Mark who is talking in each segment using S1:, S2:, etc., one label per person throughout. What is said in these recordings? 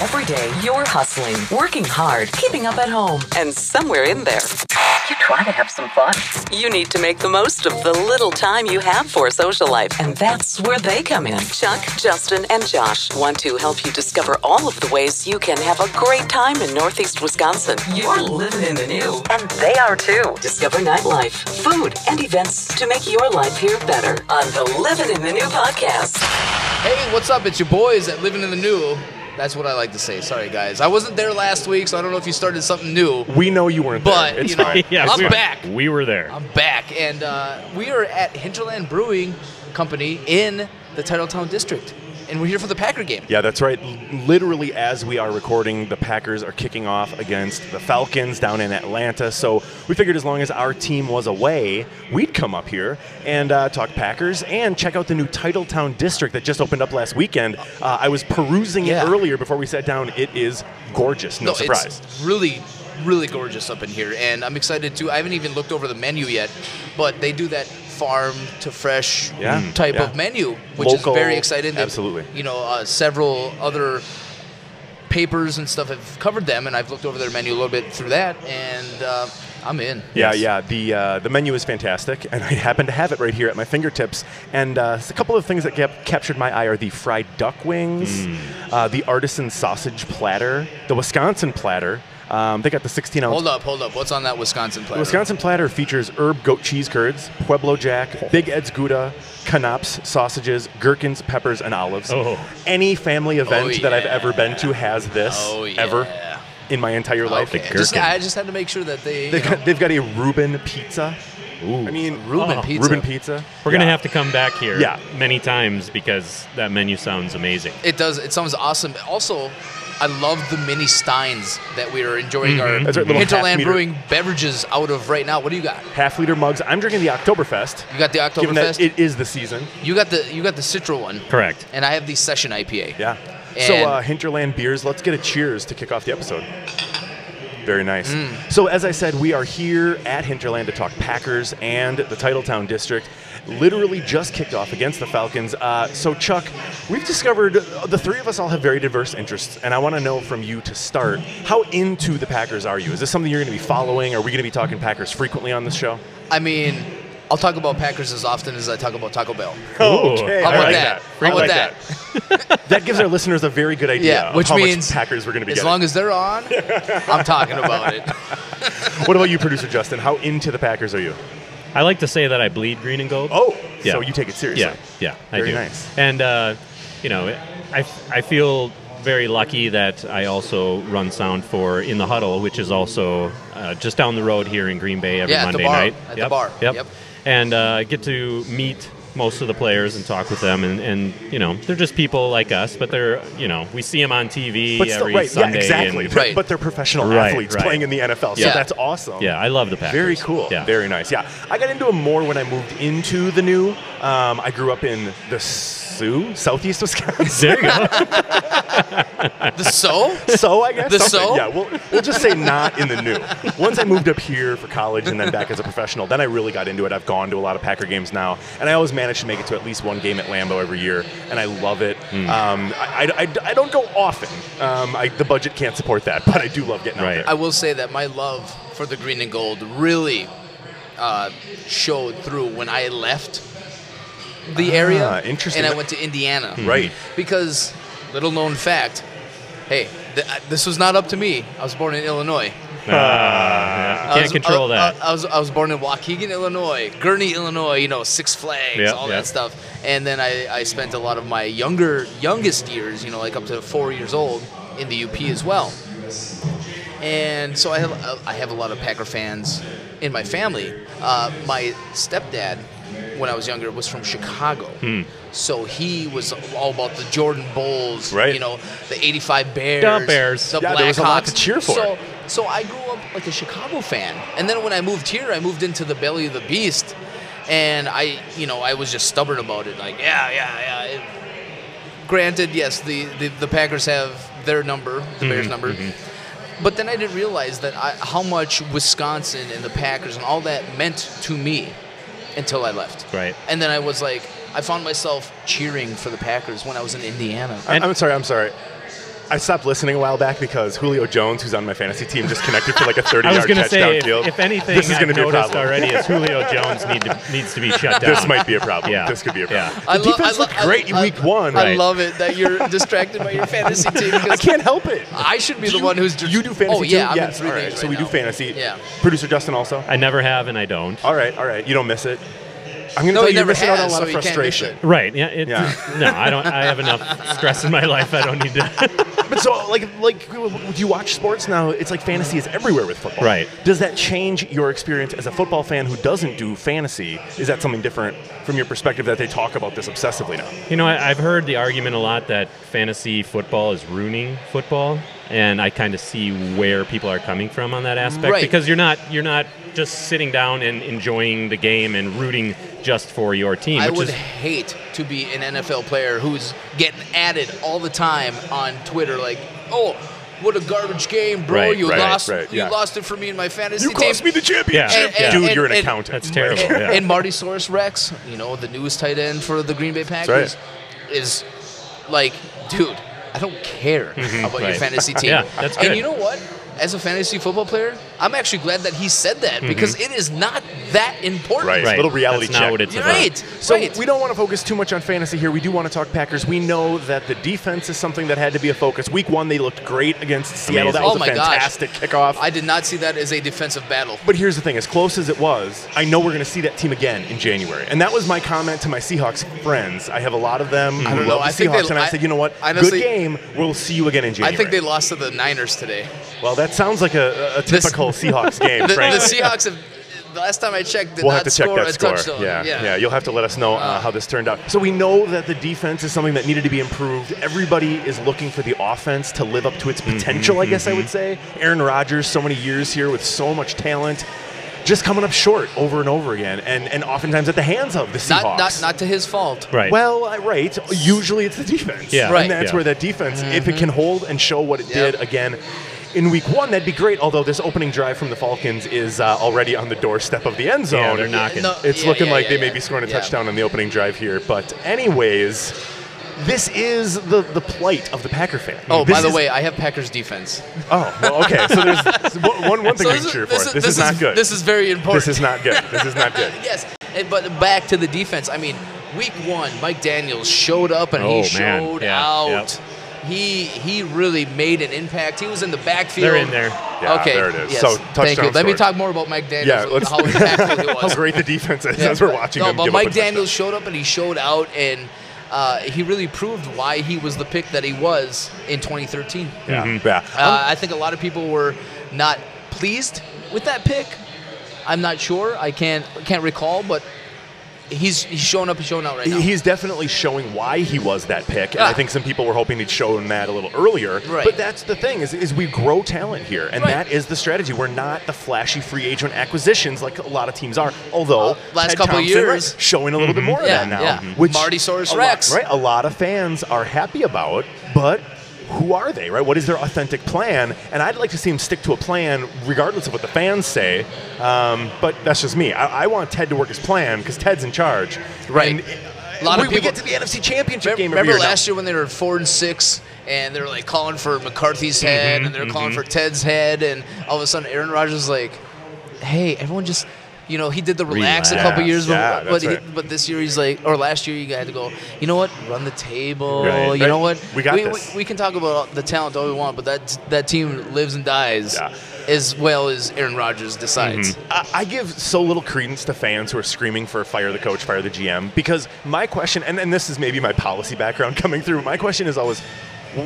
S1: Every day, you're hustling, working hard, keeping up at home, and somewhere in there, you try to have some fun. You need to make the most of the little time you have for social life, and that's where they come in. Chuck, Justin, and Josh want to help you discover all of the ways you can have a great time in Northeast Wisconsin. You're living in the new, and they are too. Discover nightlife, food, and events to make your life here better on the Living in the New podcast.
S2: Hey, what's up? It's your boys at Living in the New. That's what I like to say. Sorry, guys. I wasn't there last week, so I don't know if you started something new.
S3: We know you weren't
S2: But,
S3: there. It's
S2: you know,
S3: fine.
S2: Yeah,
S3: It's
S2: I'm
S3: fine.
S2: back.
S3: We were there.
S2: I'm back, and uh, we are at Hinterland Brewing Company in the Titletown District, and we're here for the Packer game.
S3: yeah, that's right. L- Literally, as we are recording, the Packers are kicking off against the Falcons down in Atlanta. So we figured as long as our team was away, we'd come up here and uh, talk Packers and check out the new Titletown district that just opened up last weekend. Uh, I was perusing
S2: Yeah.
S3: it earlier before we sat down. It is gorgeous. No, surprise.
S2: It's really, really gorgeous up in here, and I'm excited too. I haven't even looked over the menu yet, but they do that farm to fresh
S3: Yeah,
S2: type
S3: yeah.
S2: of menu, which
S3: Local,
S2: is very exciting. They've-
S3: absolutely.
S2: You know, uh, several other papers and stuff have covered them, and I've looked over their menu a little bit through that, and uh, I'm in.
S3: Yeah,
S2: Yes.
S3: yeah. The uh, the menu is fantastic, and I happen to have it right here at my fingertips. And uh, s- a couple of things that kept, captured my eye are the fried duck wings,
S2: Mm.
S3: uh, the artisan sausage platter, the Wisconsin platter. Um, they got the 16 ounce.
S2: Hold up, hold up. What's on that Wisconsin
S3: The
S2: platter?
S3: Wisconsin platter features herb goat cheese curds, Pueblo Jack, Big Ed's Gouda, Knops sausages, gherkins, peppers, and olives.
S4: Oh.
S3: Any family event
S2: Oh,
S3: that I've
S2: yeah.
S3: ever been to has this
S2: Oh,
S3: ever
S2: yeah.
S3: in my entire life.
S2: Okay. Just, I just had to make sure that they.
S3: They've got, they've got a Reuben pizza.
S4: Ooh.
S3: I mean,
S2: Reuben
S4: Oh,
S2: pizza.
S3: Reuben pizza.
S4: We're gonna have to come back here
S3: Yeah.
S4: many times because that menu sounds amazing.
S2: It does. It sounds awesome. Also, I love the mini steins that we are enjoying
S3: That's
S2: our
S3: right, little half
S2: hinterland
S3: meter.
S2: brewing beverages out of right now. What do you got?
S3: half liter mugs. I'm drinking the Oktoberfest.
S2: You got the
S3: Given that
S2: Oktoberfest.
S3: it is the season.
S2: You got the you got the Citra one,
S4: Correct.
S2: and I have the Session IPA.
S3: Yeah. so
S2: And-
S3: uh, hinterland beers. Let's get a cheers to kick off the episode. Very nice. So as I said, we are here at Hinterland to talk Packers and the Titletown District. Literally just kicked off against the Falcons. Uh, so Chuck, we've discovered uh, the three of us all have very diverse interests, and I want to know from you to start. How into the Packers are you? Is this something you're going to be following? Are we going to be talking Packers frequently on this show?
S2: I mean, I'll talk about Packers as often as I talk about Taco Bell.
S3: okay.
S4: Ooh.
S2: How about
S3: I like
S2: that?
S3: that.
S2: How
S3: I
S2: about
S3: like
S2: that?
S3: That gives our listeners a very good idea
S2: Yeah,
S3: of
S2: which
S3: how
S2: means
S3: much Packers we're going to be
S2: As
S3: getting.
S2: long as they're on, I'm talking about it.
S3: what about you, producer Justin? How into the Packers are you?
S4: I like to say that I bleed green and gold.
S3: Oh,
S4: Yeah.
S3: so you take it seriously.
S4: yeah, yeah, I
S3: Very
S4: do.
S3: nice.
S4: And uh, you know, I, I feel very lucky that I also run sound for in the huddle, which is also uh, just down the road here in Green Bay every
S2: Yeah, at the
S4: Monday
S2: bar.
S4: night.
S2: At the
S4: yep.
S2: bar.
S4: Yep.
S2: Yep.
S4: And uh, get to meet most of the players and talk with them, and, and you know, they're just people like us, but they're you know, we see them on TV
S3: But
S4: every
S3: still, right,
S4: Sunday.
S3: yeah, exactly.
S4: and-
S3: But-
S2: Right.
S3: But they're professional
S4: Right,
S3: athletes
S4: right.
S3: playing in the NFL, so
S2: Yeah.
S3: that's awesome.
S4: yeah, I love the Packers.
S3: Very cool.
S4: Yeah.
S3: Very nice. Yeah. I got into them more when I moved into the new. Um, I grew up in the Sioux, southeast Wisconsin.
S4: there you go.
S2: The so?
S3: So I guess
S2: The
S3: something.
S2: Sioux?
S3: Yeah, we'll, we'll just say not in the new. Once I moved up here for college and then back as a professional, then I really got into it. I've gone to a lot of Packer games now, and I always manage to make it to at least one game at Lambeau every year, and I love it.
S4: Hmm.
S3: Um, I, I- I- I don't go often. Um, I, the budget can't support that, but I do love getting out
S4: Right.
S3: there.
S2: I will say that my love for the green and gold really uh, showed through when I left the area.
S3: interesting.
S2: And I went to Indiana.
S3: Right.
S2: Because, little known fact, hey, th- I- this was not up to me. I was born in Illinois. I
S4: Ah, can't
S2: was-
S4: control
S3: uh,
S2: I-
S4: that.
S2: I, I was I was born in Waukegan, Illinois, Gurney, Illinois. You know, Six Flags,
S4: Yeah,
S2: all
S4: yeah.
S2: that stuff. And then I, I spent a lot of my younger youngest years, you know, like up to four years old, in the UP as well. And so I have I have a lot of Packer fans in my family. Uh, my stepdad, when I was younger, was from Chicago.
S4: Hmm.
S2: So he was all about the Jordan Bulls,
S3: Right.
S2: you know, the 85 Bears,
S4: Dump Bears.
S2: the
S3: Yeah, there was a lot to
S2: Blackhawks.
S3: cheer for.
S2: So so I grew up like a Chicago fan, and then when I moved here, I moved into the belly of the beast, and I, you know, I was just stubborn about it. Like, yeah, yeah, yeah. Granted, yes, the the, the Packers have their number, the
S3: Mm-hmm,
S2: Bears number, but then I didn't realize that I, how much Wisconsin and the Packers and all that meant to me until I left.
S4: Right.
S2: And then I was like, I found myself cheering for the Packers when I was in Indiana.
S3: I- I'm sorry. I'm sorry. I stopped listening a while back because Julio Jones, who's on my fantasy team, just connected for like a 30
S4: I was
S3: yard
S4: going to
S3: touchdown
S4: say, if,
S3: field.
S4: if anything,
S3: this is
S4: I've
S3: gonna be a
S4: noticed
S3: problem.
S4: already is Julio Jones need to, needs to be shut down.
S3: This might be a problem.
S4: Yeah.
S3: This could be a
S4: Yeah.
S3: problem.
S2: I
S3: The
S2: lo-
S3: defense
S2: I lo-
S3: looked great in
S2: I-
S3: week one.
S2: I
S4: Right.
S2: love it that you're distracted by your fantasy team.
S3: I
S2: Because
S3: can't help it.
S2: I should be the one who's.
S3: You do fantasy
S2: Oh yeah,
S3: too?
S2: I'm
S3: yes.
S2: in three
S3: all right.
S2: leagues
S3: so
S2: right
S3: we do
S2: now.
S3: fantasy.
S2: Yeah.
S3: Producer Justin also.
S4: I never have and I don't.
S3: All right. All right. You don't miss it. I'm gonna
S2: No,
S3: tell
S2: he
S3: you, you're
S2: never
S3: missing out on a
S2: has,
S3: lot
S2: so
S3: of
S2: he can't miss
S3: frustration.
S2: it.
S4: Right. Yeah. It,
S3: Yeah.
S4: No, I don't. I have enough stress in my life. I don't need to.
S3: But so, like, like, do you watch sports now? It's like fantasy is everywhere with football.
S4: Right.
S3: Does that change your experience as a football fan who doesn't do fantasy? Is that something different from your perspective that they talk about this obsessively now?
S4: you know, I, I've heard the argument a lot that fantasy football is ruining football, and I kind of see where people are coming from on that aspect
S2: Right.
S4: because you're not you're not just sitting down and enjoying the game and rooting just for your team.
S2: I
S4: which
S2: would
S4: is,
S2: hate to be an NFL player who's getting added all the time on Twitter, like, oh, what a garbage game, bro!
S4: Right,
S2: you
S3: right,
S2: lost,
S3: right,
S2: you
S3: yeah.
S2: lost it for me in my fantasy
S3: You
S2: team.
S3: cost me the championship,
S4: championship. Yeah.
S3: dude.
S2: And-
S3: you're an
S2: and-
S3: accountant.
S4: That's terrible. Yeah.
S2: and Marty Soros Rex, you know, the newest tight end for the Green Bay Packers, is like, dude, I don't care about your
S4: right.
S2: fantasy team.
S4: Yeah, that's
S2: And
S4: good.
S2: you know what? As a fantasy football player, I'm actually glad that he said that because it is not that important.
S3: Mm-hmm. Right.
S4: right.
S3: Little reality
S4: That's not
S3: check.
S4: what it's about.
S2: Right.
S3: So
S2: right.
S3: we don't want to focus too much on fantasy here. We do want to talk Packers. We know that the defense is something that had to be a focus. Week one, they looked great against Seattle. That
S4: Amazing.
S3: was
S2: Oh
S3: a
S2: my gosh.
S3: fantastic kickoff.
S2: I did not see that as a defensive battle.
S3: But here's the thing: as close as it was, I know we're going to see that team again in January, and that was my comment to my Seahawks friends. I have a lot of them. I
S2: don't know.
S3: love the
S2: Mm-hmm. I think they-
S3: Seahawks, and I,
S2: I-
S3: said, you know what?
S2: honestly-
S3: Good game. We'll see you again in January.
S2: I think they lost to the Niners today.
S3: Well, that sounds like a, a
S2: This-
S3: typical Seahawks game.
S2: The, the
S3: frankly.
S2: Seahawks have. The last time I checked, did
S3: We'll
S2: not
S3: have to check
S2: score
S3: that
S2: a
S3: score.
S2: touchdown.
S3: Yeah. You'll have to let us know uh, how this turned out. So we know that the defense is something that needed to be improved. Everybody is looking for the offense to live up to its potential. I guess I would say Aaron Rodgers, so many years here with so much talent, just coming up short over and over again, and and oftentimes at the hands of the Seahawks.
S2: not, not not to his fault.
S4: Right.
S3: Well, I- right. Usually it's the defense.
S4: Yeah.
S2: Right.
S3: And that's
S4: Yeah.
S3: where that defense, if it can hold and show what it
S2: Mm-hmm. Yep.
S3: did again in week one, that'd be great. Although this opening drive from the Falcons is uh, already on the doorstep of the end zone.
S4: they're knocking.
S2: No,
S3: It's
S2: yeah,
S3: looking
S2: yeah,
S3: like
S2: yeah,
S3: they may
S2: yeah.
S3: be scoring a
S2: Yeah.
S3: touchdown on the opening drive here. But, anyways, this is the, the plight of the Packer fan.
S2: Oh,
S3: This
S2: by the
S3: is-
S2: way, I have Packers defense.
S3: Oh, well, okay. So there's one, one- one thing I can cheer for. This, is not good.
S2: This is very important.
S3: This is not good. This is not good.
S2: yes, and- but back to the defense. I mean, week one, Mike Daniels showed up and
S4: Oh,
S2: he
S4: man.
S2: showed
S4: Yeah,
S2: out. He he really made an impact. He was in the backfield.
S4: They're in there.
S3: Yeah,
S2: okay,
S3: there it is.
S2: yes,
S3: So,
S2: thank you.
S3: touchdown
S2: Let me
S3: scored.
S2: talk more about Mike Daniels.
S3: Yeah, let's-
S2: how impactful he was.
S3: How great the defense is
S2: Yeah.
S3: as we're watching
S2: No,
S3: them
S2: but
S3: give up a
S2: Mike
S3: touchdown.
S2: Daniels showed up and he showed out, and uh, he really proved why he was the pick that he was in 2013.
S3: Yeah.
S4: Mm-hmm.
S3: yeah.
S2: Uh, I think a lot of people were not pleased with that pick. I'm not sure. I can't can't recall, but he's he's showing up and showing out right now.
S3: He- He's definitely showing why he was that pick, and I
S2: Ah.
S3: think some people were hoping he'd shown that a little earlier.
S2: Right.
S3: But that's the thing is, is we grow talent here, and
S2: Right.
S3: that is the strategy. We're not the flashy free agent acquisitions like a lot of teams are. Although
S2: Uh, last
S3: Ted
S2: couple
S3: Thompson, right,
S2: years.
S3: showing a little bit more
S2: Yeah,
S3: of that now,
S2: yeah. Mhm.
S3: which
S2: Marty Soros
S3: a lot-
S2: Rex.
S3: right? A lot of fans are happy about, but. Who are they, right? What is their authentic plan? And I'd like to see him stick to a plan regardless of what the fans say. Um, but that's just me. I, I want Ted to work his plan because Ted's in charge.
S2: Right.
S3: And,
S2: A lot
S3: we,
S2: of
S3: we
S2: people-
S3: get to the NFC Championship
S2: Remember,
S3: game every
S2: remember
S3: year now.
S2: last year when they were four and six, and they were like calling for
S3: Mm-hmm,
S2: McCarthy's head, and they were calling for Ted's head, and all of a sudden Aaron Rodgers was like, "Hey, everyone just." You know, he did the relax, a couple
S4: Relax.
S2: years,
S3: Yeah,
S2: but, but,
S3: that's
S2: he-
S3: right.
S2: but this year he's like, or last year you had to go, you know what, run the table.
S3: Right.
S2: You know
S3: Right.
S2: what?
S3: We got
S2: we,
S3: this.
S2: We, we can talk about the talent all we want, but that that team lives and dies
S3: Yeah. Mm-hmm.
S2: as well as Aaron Rodgers decides.
S3: I, I give so little credence to fans who are screaming for fire the coach, fire the GM, because my question, and, and this is maybe my policy background coming through, my question is always,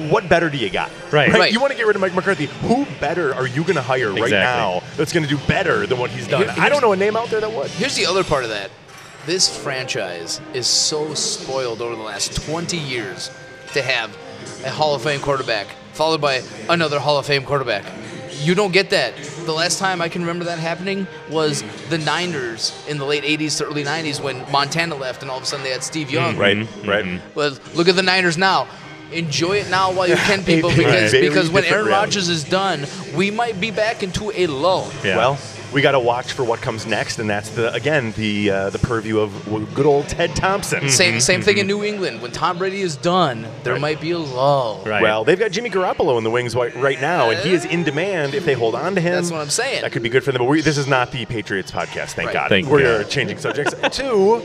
S3: what better do you got?
S4: Right.
S2: Right.
S3: You want to get rid of Mike McCarthy. Who better are you going to hire right
S4: Exactly.
S3: now that's going to do better than what he's done?
S2: Here-
S3: I don't know a name out there that would.
S2: Here's the other part of that. This franchise is so spoiled over the last 20 years to have a Hall of Fame quarterback followed by another Hall of Fame quarterback. You don't get that. The last time I can remember that happening was the Niners in the late 80s to early 90s when Montana left and all of a sudden they had Steve Young.
S3: Mm, Right,
S4: Mhm.
S3: right.
S4: Mhm.
S2: Well, look at the Niners now. Enjoy it now while you can, people,
S3: Right.
S2: because,
S3: Very
S2: because when
S3: different
S2: Aaron
S3: reality.
S2: Rodgers is done, we might be back into a lull.
S4: Yeah.
S3: Well, we got to watch for what comes next, and that's the again the uh, the purview of w- good old Ted Thompson.
S2: Same same thing in New England. When Tom Brady is done, there
S3: Mm-hmm. Right.
S2: might be a lull.
S4: Right.
S3: Well, they've got Jimmy Garoppolo in the wings wi- right now, and he is in demand. If they hold on to him,
S2: That's what I'm saying.
S3: That could be good for them. But we, this is not the Patriots podcast. Thank
S2: Right.
S3: God.
S4: Thank
S3: we're
S4: God.
S3: changing subjects to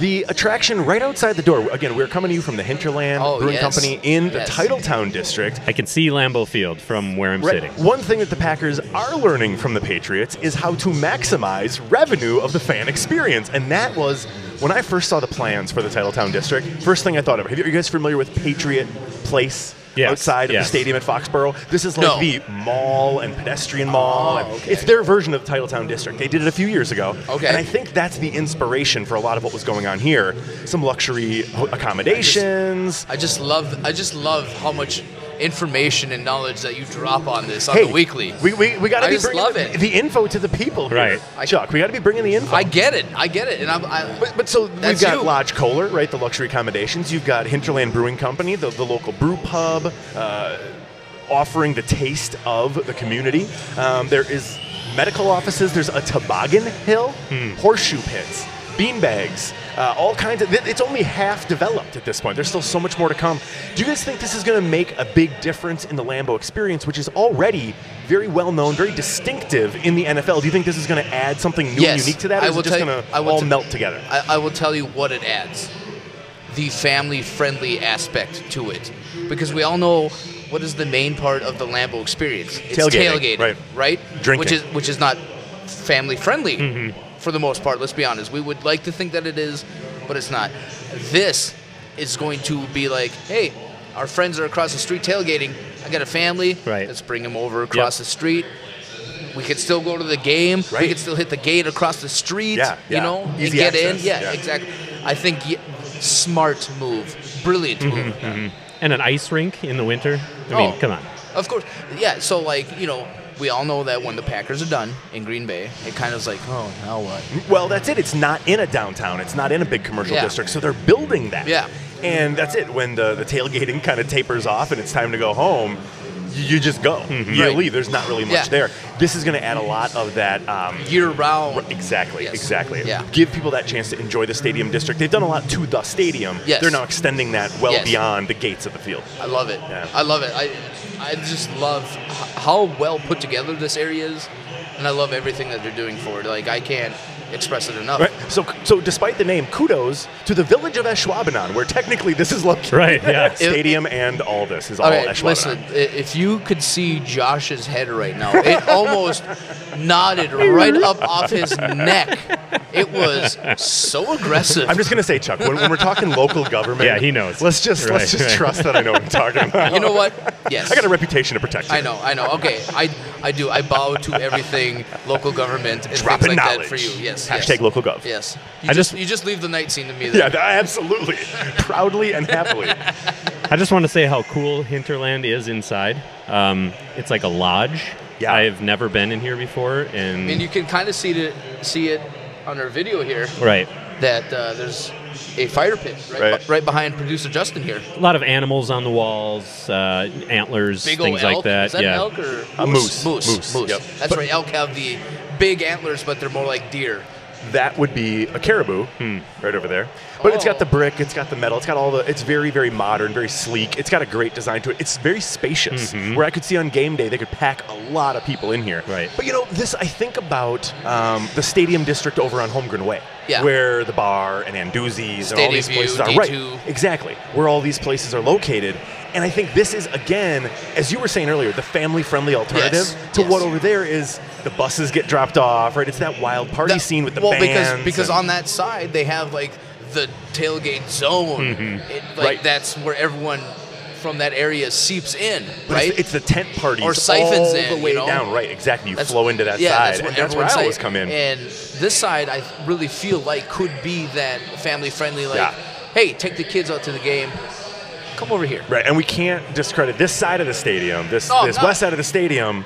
S3: the attraction right outside the door. Again, we're coming to you from the Hinterland
S2: Oh,
S3: Brewing
S2: yes.
S3: Company in the
S2: Yes.
S3: Titletown district.
S4: I can see Lambeau Field from where I'm
S3: Right.
S4: sitting.
S3: One thing that the Packers are learning from the Patriots is how to maximize revenue of the fan experience. And that was when I first saw the plans for the Titletown District, first thing I thought of. Are you guys familiar with Patriot Place?
S4: Yes,
S3: outside of
S4: yes.
S3: the stadium at Foxborough. This is like
S2: No.
S3: the mall and pedestrian mall.
S2: Oh,
S3: and
S2: okay.
S3: It's their version of the Titletown District. They did it a few years ago.
S2: Okay.
S3: And I think that's the inspiration for a lot of what was going on here. Some luxury ho- accommodations.
S2: I just love I just love how much information and knowledge that you drop on this on the weekly.
S3: We, we, we got to
S2: I
S3: be
S2: just
S3: bringing
S2: love
S3: the,
S2: it.
S3: the info to the people, here.
S4: Right.
S2: I-
S3: Chuck, we got to be bringing the info.
S2: I get it. I get it. And I'm I,
S3: but, but so
S2: That's
S3: we've got
S2: you.
S3: Lodge Kohler, right? The luxury accommodations. You've got Hinterland Brewing Company, the, the local brew pub, uh, offering the taste of the community. Um, there is medical offices. There's a toboggan hill,
S2: Hmm.
S3: horseshoe pits, bean bags, uh, all kinds of. It's only half developed at this point. There's still so much more to come. Do you guys think this is going to make a big difference in the Lambo experience, which is already very well known, very distinctive in the NFL? Do you think this is going to add something new and
S2: Yes.
S3: unique to that, or
S2: I
S3: is
S2: will
S3: it just
S2: tell you-
S3: going to
S2: I will
S3: all
S2: t-
S3: melt together?
S2: I, I will tell you what it adds the family friendly aspect to it. Because we all know what is the main part of the Lambo experience it's
S3: Tailgating,
S2: tailgating,
S3: right.
S2: right?
S3: Drinking. Mm-hmm.
S2: Which is, which is not family friendly for the most part, let's be honest. We would like to think that it is, but it's not. This is going to be like, hey, our friends are across the street tailgating. I got a family.
S4: Right.
S2: Let's bring them over across the street. We could still go to the game.
S3: Right.
S2: We could still hit the gate across the street.
S3: Yeah, yeah.
S2: You know, and
S3: Easy
S2: get
S3: access,
S2: in. Yeah,
S3: yeah.
S2: exactly. I think y- smart move, brilliant
S3: Mm-hmm.
S2: move.
S4: And an ice rink in the winter. I
S2: Oh.
S4: mean, come on.
S2: Of course, yeah. So like you know, we all know that when the Packers are done in Green Bay, it kind of is like, oh, now what?
S3: Well, that's it. It's not in a downtown. It's not in a big commercial
S2: Yeah.
S3: district. So they're building that.
S2: Yeah.
S3: And that's it. When the, the tailgating kind of tapers off and it's time to go home, you, you just go. You
S2: Mm-hmm. Right.
S3: leave. There's not really much
S2: Yeah.
S3: there. This is going to add a lot of that. Um,
S2: Year round.
S3: Exactly,
S2: Yes.
S3: exactly.
S2: Yeah.
S3: Give people that chance to enjoy the stadium district. They've done a lot to the stadium.
S2: Yes.
S3: They're now extending that well
S2: Yes.
S3: beyond the gates of the field.
S2: I love it.
S3: Yeah.
S2: I love it. I I just love h- how well put together this area is, and I love everything that they're doing for it. Like I can't express it enough.
S3: Right. So, so despite the name, kudos to the village of Eschwabanon, where technically this is located.
S4: Right, yeah.
S3: Stadium and all this is all
S2: Okay,
S3: Eschwabanon.
S2: listen. i- If you could see Josh's head right now, it almost nodded right up off his neck. It was so aggressive.
S3: I'm just gonna say, Chuck, when, when we're talking local government,
S4: Yeah, he knows.
S3: Let's just let's
S4: Right,
S3: just
S4: right.
S3: trust that I know what I'm talking about.
S2: you know what? Yes.
S3: I got a reputation to protect.
S2: I know, I know. Okay, I, I do. I bow to everything local government and
S3: Dropping
S2: things like that
S3: knowledge.
S2: for you. Yes. yes.
S3: Hashtag local gov.
S2: Yes. You
S4: I
S2: just,
S4: just-
S2: you just leave the night scene to me. There.
S3: Yeah, th- absolutely, proudly and happily.
S4: I just want to say how cool Hinterland is inside. Um, it's like a lodge.
S3: Yeah.
S4: I've never been in here before, and
S2: And you can kind of see it see it on our video here
S4: right,
S2: that uh, there's a fire pit right,
S3: Right.
S2: be- right behind producer Justin here.
S4: a lot of animals on the walls, uh, antlers,
S2: Big old
S4: things
S2: elk.
S4: like that.
S2: Is that
S4: yeah,
S2: an elk or
S3: A Uh, moose.
S2: Moose.
S3: Moose,
S2: Moose.
S3: yep.
S2: That's right. Elk have the big antlers, but they're more like deer.
S3: That would be a caribou, right over there. But it's got
S2: Hmm. Oh.
S3: the brick, it's got the metal, it's got all the. It's very, very modern, very sleek. It's got a great design to it. It's very spacious.
S2: Mm-hmm.
S3: Where I could see on game day, they could pack a lot of people in here.
S4: Right.
S3: But you know, this I think about um, the stadium district over on Holmgren Way,
S2: Yeah.
S3: where the bar and Anduzzi's and all
S2: Stadium
S3: these
S2: View,
S3: places are.
S2: D2.
S3: Right. Exactly. Where all these places are located. And I think this is again, as you were saying earlier, the family-friendly alternative to
S2: yes.
S3: what over there is. The buses get dropped off, right? It's that wild party
S2: That-
S3: scene with the
S2: well,
S3: bands
S2: because because
S3: and-
S2: on that side they have like the tailgate zone. It, like
S3: Mm-hmm. Right.
S2: that's where everyone from that area seeps in,
S3: But
S2: right?
S3: it's, it's the tent parties
S2: Or siphons
S3: all
S2: in,
S3: the way
S2: you know?
S3: down, right? Exactly. You
S2: That's-
S3: flow into that
S2: yeah,
S3: side,
S2: That's where
S3: and that's where
S2: everyone's
S3: I
S2: like-
S3: always come in.
S2: And this side, I really feel like could be that family friendly. Like,
S3: Yeah.
S2: hey, take the kids out to the game. Come over here.
S3: right, and we can't discredit this side of the stadium, this
S2: No,
S3: this
S2: no.
S3: west side of the stadium.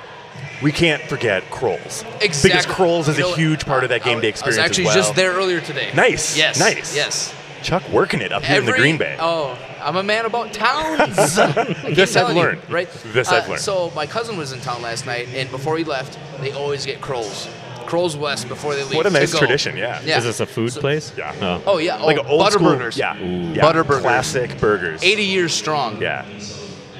S3: We can't forget Kroll's
S2: Exactly.
S3: because Kroll's is
S2: You
S3: a
S2: know,
S3: huge part of that game day
S2: I was
S3: experience
S2: actually
S3: as well.
S2: just there earlier today.
S3: Nice,
S2: Yes.
S3: nice.
S2: Yes.
S3: Chuck working it up here in the
S2: Every-
S3: Green Bay.
S2: Oh, I'm a man about towns. I keep
S3: This I've
S2: telling you,
S3: learned.
S2: right? Uh,
S3: This I've learned.
S2: So my cousin was in town last night, and before he left, they always get Kroll's. Crows West before they leave.
S3: What a
S2: to
S3: nice
S2: go.
S3: tradition, yeah.
S2: Yeah.
S4: Is this a food place?
S3: Yeah.
S4: Oh.
S2: Oh yeah. Oh,
S3: Like an old
S2: butter
S3: school,
S2: burgers.
S3: Yeah,
S4: Ooh.
S3: yeah.
S2: Butterburgers.
S3: Classic burgers.
S2: Eighty years strong.
S3: Yeah.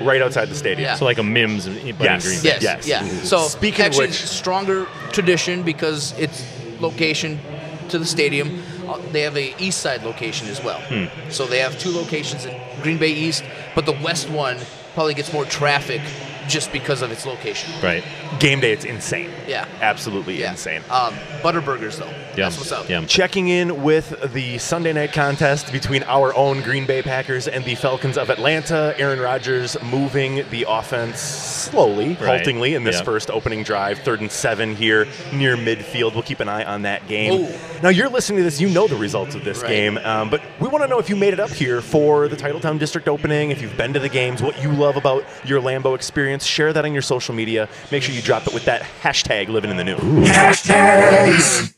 S3: Right outside the stadium.
S2: Yeah.
S4: So like a Mims, but in
S3: Yes.
S4: Green Bay.
S2: Yes.
S3: Yes.
S2: Yeah.
S3: Ooh.
S2: So
S3: Speaking of
S2: actually,
S3: which-
S2: stronger tradition because it's location to the stadium. Uh, They have a east side location as well.
S3: Hmm.
S2: So they have two locations in Green Bay East, but the west one probably gets more traffic just because of its location.
S4: Right.
S3: Game day, it's insane.
S2: Yeah.
S3: Absolutely
S2: Yeah.
S3: insane.
S2: Um, Butterburgers though.
S4: Yum.
S2: That's what's up.
S4: Yum.
S3: Checking in with the Sunday night contest between our own Green Bay Packers and the Falcons of Atlanta. Aaron Rodgers moving the offense slowly,
S4: Right.
S3: haltingly in this
S4: Yep.
S3: first opening drive, third and seven here near midfield. We'll keep an eye on that game.
S2: Ooh.
S3: Now you're listening to this, you know the results of this
S2: Right.
S3: game, um, but we want to know if you made it up here for the Titletown District opening, if you've been to the games, what you love about your Lambo experience. Share that on your social media. Make sure you drop it with that hashtag living in the new.
S5: Hashtags.